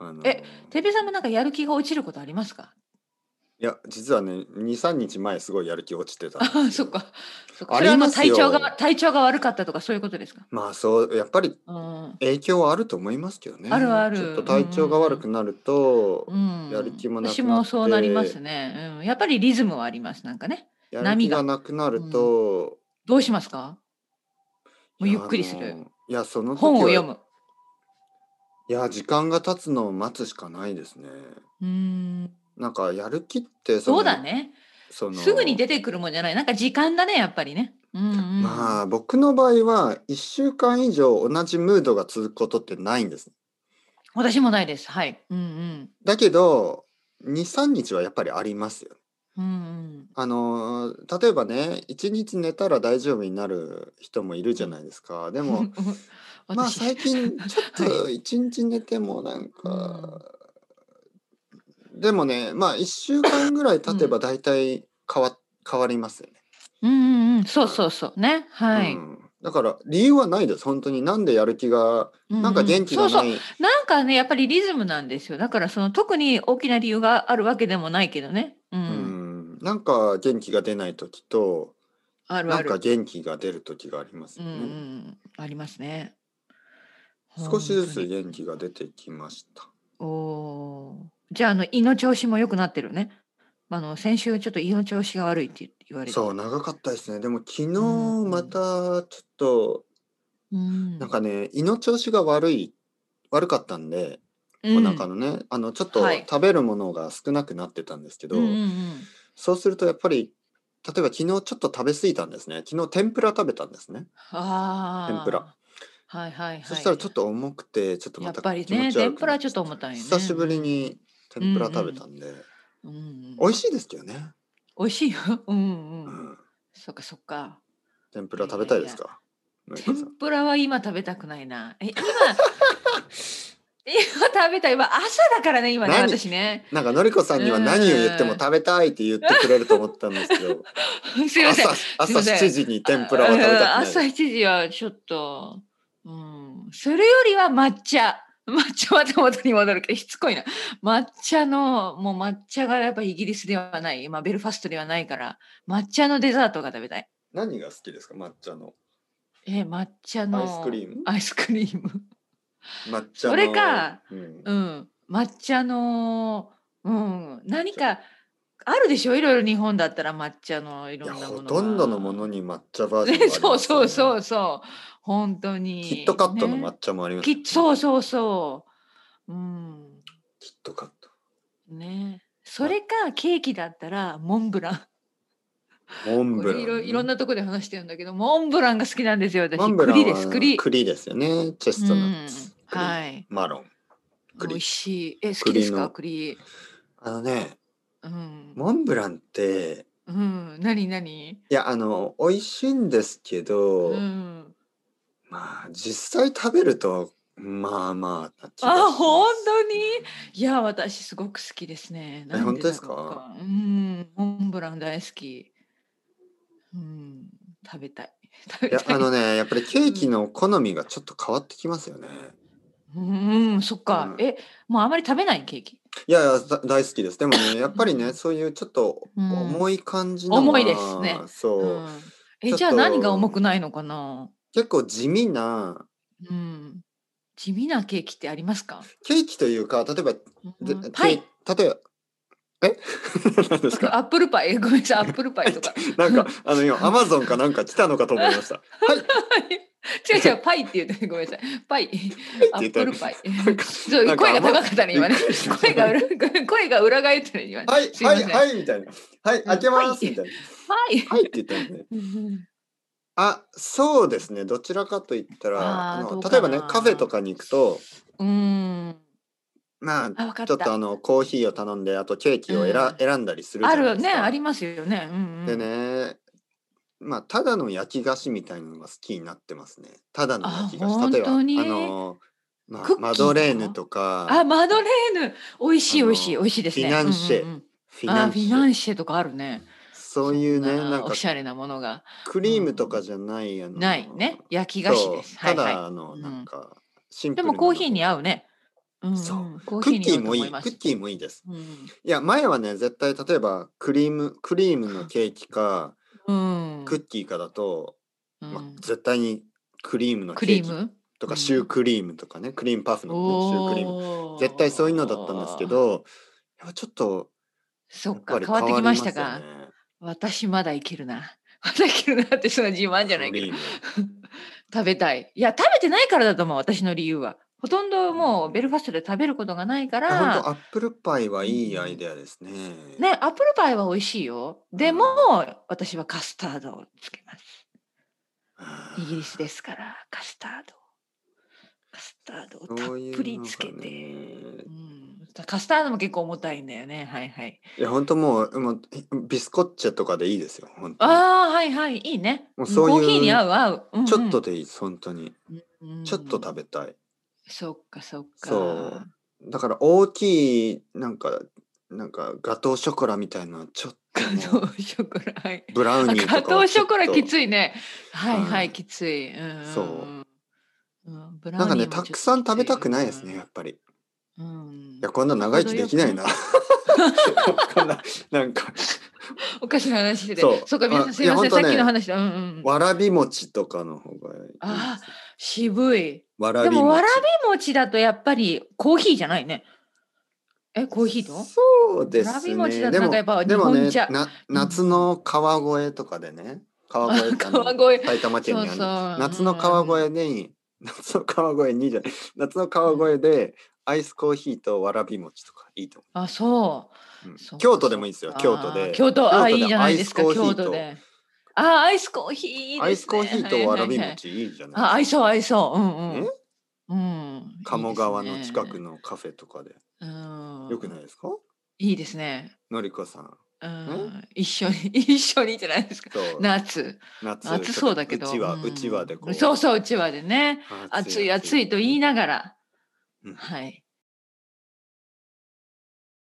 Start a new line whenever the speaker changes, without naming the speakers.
の
えてっぺいさんもなんかやる気が落ちることありますか
いや実はね23日前すごいやる気落ちてたんですよ
あそっかそっか
あ
それは
り
ま
ま
あ
す
体
よ
調が体調が悪かったとかそういうことですか、
まあそうやっぱり
うん
影響はあると思いますけどね
あるある
ちょっと体調が悪くなると、
うん、
やる気もなくなって
私もそうなりますね、うん、やっぱりリズムはありますなんかね
やる気がなくなると、
どうしますかもう
い
ゆっ
や
くりす
あ
る
のいやその時は
本を読む
いや時間が経つのを待つしかないですね
うーん
なんかやる気ってその
そうだね
その
すぐに出てくるもんじゃないなんか時間だねやっぱりねうんうん、
ま
あ
あ僕の場合は1週間以上同じムードが続くことってないんです
私もないですはいうん
だけど23日はやっぱりありますよ
うんうん
あのー例えばね1日寝たら大丈夫になる人もいるじゃないですかで
うん
も
私
まあ最近ちょっと
は
1日寝てもなんか、でもねまあ1週間ぐらい経てば大体変わ変わりますよね、
うんうんうんそうそうそうねはい、
うんだから理由はないです本当になんでやる気がなんか元気がない、
そうそうなんかねやっぱりリズムなんですよだからその特に大きな理由があるわけでもないけどねうん、
うんなんか元気が出ない時と
ある
な
あ
ん
る
か元気が出る時があります
うん
よ
う
ね、
んありますね
少しずつ
本当に
元気が出てきました
おおーじゃああの胃の調子も良くなってるねあの先週ちょっと胃の調子が悪いって言われて
そう長かったですねでも昨
うんう
日
ん
またちょっと
うん
なんかね胃の調子が悪い悪かったんで、
うん
お腹のねあのちょっと
はい
食べるものが少なくなってたんですけど、
うんうんうん
そうするとやっぱり例えば昨日ちょっと食べ過ぎたんですね昨日天ぷら食べたんですね、
あー
天ぷら
はいはいはい
そしたらちょっと重くてちょっと
や
ま
ったぱり
気持
ね
ち悪
天
く
ぷ
な
ら
っ
ちょっと重たいよね
久しぶりに天ぷら食べたんで、
うんうん
美味しいですけどね、
美味しいようん
う
うん
ん、
そっかそっか
天ぷら食べたいですかのりこさ
天
ん
ぷらは今食べたくないな。 え今今食べたい今朝だからね今ね
何
私 ね。
なんかのりこさんには何を言っても
うん
食べたいって言ってくれると思ったんですけど
すいません
朝。朝
ません
7時に天ぷらは食べ
あ
たく
朝
ない
7時はちょっと、うん、それよりは抹茶。抹茶は手元に戻るけどしつこいな。抹茶のもう抹茶がやっぱイギリスではない、まあ、ベルファストではないから抹茶のデザートが食べたい。
何が好きですか抹茶の
え抹茶の
アイスクリーム
アイスクリーム。
抹茶の
それか、
うん
うん、抹茶の、うん、何かあるでしょいろいろ日本だったら抹茶のい
い
ろん
や
なもの
ほ
が
とんどのものに抹茶バージョンが
ね
あります、ね、
そうそうそううそう本当に
キットカットの抹
ね
茶もあります、
きっそうそうそううん
キットカッ
ねそれかケーキだったらモンブラン
トモン
これ
ブラン
いろいろんなとこで話してるんだけどモンブランが好きなんですよ私
モンブラン
栗です
は
栗
栗ですよねチェストナッツ、
うん、
栗
はい
マロン栗
美味しいえ好きですか栗
あのね
うん
モンブランって
うん何何
いやあの美味しいんですけど、
うん
まあ実際食べるとまあまあな気がし
あ、
ます
本当に。いや、私すごく好きですね。なん
本当です
だろう
か
うん、モンブラン大好き。うん、食べたい。 食べ
いや
たい。
あのねやっぱりケーキの好みがちょっと変わってきますよね。
うん、そっか。
うん
え、もうあまり食べないケーキ。
いやいやだ大好きです。でもねやっぱりねそういうちょっと
うん
重い感じのは、
重いですね
そう、
うん。
ち
え、
ょっと
じゃあ何が重くないのかな。
結構地味な
うん。地味なケーキってありますか。
ケーキというか例えば、
う
で
んパイ。
ケ例えばえ 何ですか
アップルパイ、 ごめんなさい、アップルパイと か。
なんかあの今アマゾンかなんか来たのかと思いま した。はい
違う違う、パイって言って、ごめんなさい。パイ。ア
言っ
ッ
た
プルパイ。
なんか
そう
なんか
声が
あんま
高かったね、今ね
びっくりし。ました
声が裏、 声が裏返ってるね、今ね。
はい
すいま
は
せ
い
ん
はいみたいなはい開けます
うん
みたいな
はい。
はいって言ったんですね。
うん
あそうですねどちらかといったら
あー
あ
ど
の
うかな
例えばねカフェとかに行くと
うん。
まあ
あ、わかっ
ちょっとあ
た。
のコーヒーを頼んであとケーキを選,、
うん
選んだりするじ
あ
ゃない
る
です
ね、
か。
ありますよね。うんうん。
で。ねまあただの焼き菓子みたいなのが好きになってますね。ただの焼き菓
あ
子例えばあ
本当に
の、まあ
クッキーと、か
マドレーヌとか
あ、マドレーヌ。美味しい、美
あの
味しい、美味しいですね。
フィナンシェ
うんうんうん
フィナ
あ、
ン
フ
シ
ィナ
ェ
ンシェとかあるね。
そういうね
そんな
なんか
おしゃれなものが。
クリームとかじゃない、あの
ないね。焼き菓子です。
そ
は
うた
い
だ、
は
あの
うん
なんかシン
い。で
プルな
もコーヒーに
う
合うね。うん
そ
うんコー
ク
ヒー
ッ
に
キ
合
ー
うと
もい
思い
いク
ます
ッキーもいいです
うん
いや前はね絶対例えばクリームクリームのケーキか
うん
クッキーかだと、
うん
まあ、絶対にクリームのケ
クリ
ー
ー
キ
ム
とか
うん
シュークリームとかねクリームパフの、ね、シュークリーム
おー
絶対そういうのだったんですけどやっぱちょっと
そ
や
っ
っ
か
ぱ
変
り
わってきました
変わ
か
り
私
すよね
まだいけるな まだいけるなってその自慢じゃないけど
クリーム
食べたいいや食べてないからだと思う私の理由はほとんどもうベルファストで食べることがないか
あ本当
ら
アップルパイはいいアイデアですね。
ねアップルパイは美味しいよでも私はカスタードをつけます
あ
イギ
ー
リスですからカスタードカスタードをたっ
そういうのがね
ぷりつけてうん、カスタードも結構重たいんだよねはいはい
いや本当もうもうビスコッチェとかでいいですよ。本当に
ああはいはいいいね
もうそういう
コーヒーに合う合う、うんうん
ちょっとでいいです本当に
うん
ちょっと食べたい。
そっかそっか
そうだから大きいなんかなんかガトーショコラみたいなちょっ
ガト
ともう
ーショコラはい
ブラウニーとか
ガトーショコラき
い。
ついねはいは
う
い
ん
きついうん
そうん
うんブラウ
なんか
ニ
ね
ーもちょ
た
っと
くさん食べたくないですね
きつ
やっぱり。
うん
いやこんな長生きできないな。こんななんか
おかしな話で
そう
そうか皆さ
あ
んすいません
いや
さ
ほんとね
っきの話だうんうん
わらび餅とかの方がいいです。
あー渋い
わら
で
び餅。
もわらび餅だとやっぱりコーヒーじゃないねえコーヒーと
そうですね。
わらび餅だとなんかやっぱ
でも
日
でも
本
ね
茶、
な夏の川越とかでね、川越ってあの
川越
埼玉県にある
そうそう
夏の川越に、夏の川越にじゃない、夏の川越でアイスコーヒーとわらび餅とかいいと思
あそう
う。うん
そうか
京都でもいいですよ
そ、っか
京都で。
京都、あ、いいじゃない
ア
で
イ
す
ス
か、
コーヒー
京
と
都で。あ、アイスコーヒーいいですね。
アイスコーヒーとわらび
はいはいはい
餅いいじゃ
あ、
な
合
い
いそう、合いそう。うん
ね
うん。うん。
鴨川の近く
の。
のカフェとかで。
うん。
よくないですか
いいですね。
のりこさん。
うん。一緒に、 一緒にじゃないですか。
そう
夏。
夏
暑そうだけど。
うちわ、
ん
うちわでこう。
そうそう、うちわでね。暑い、暑いと言いながら。
うん
はい。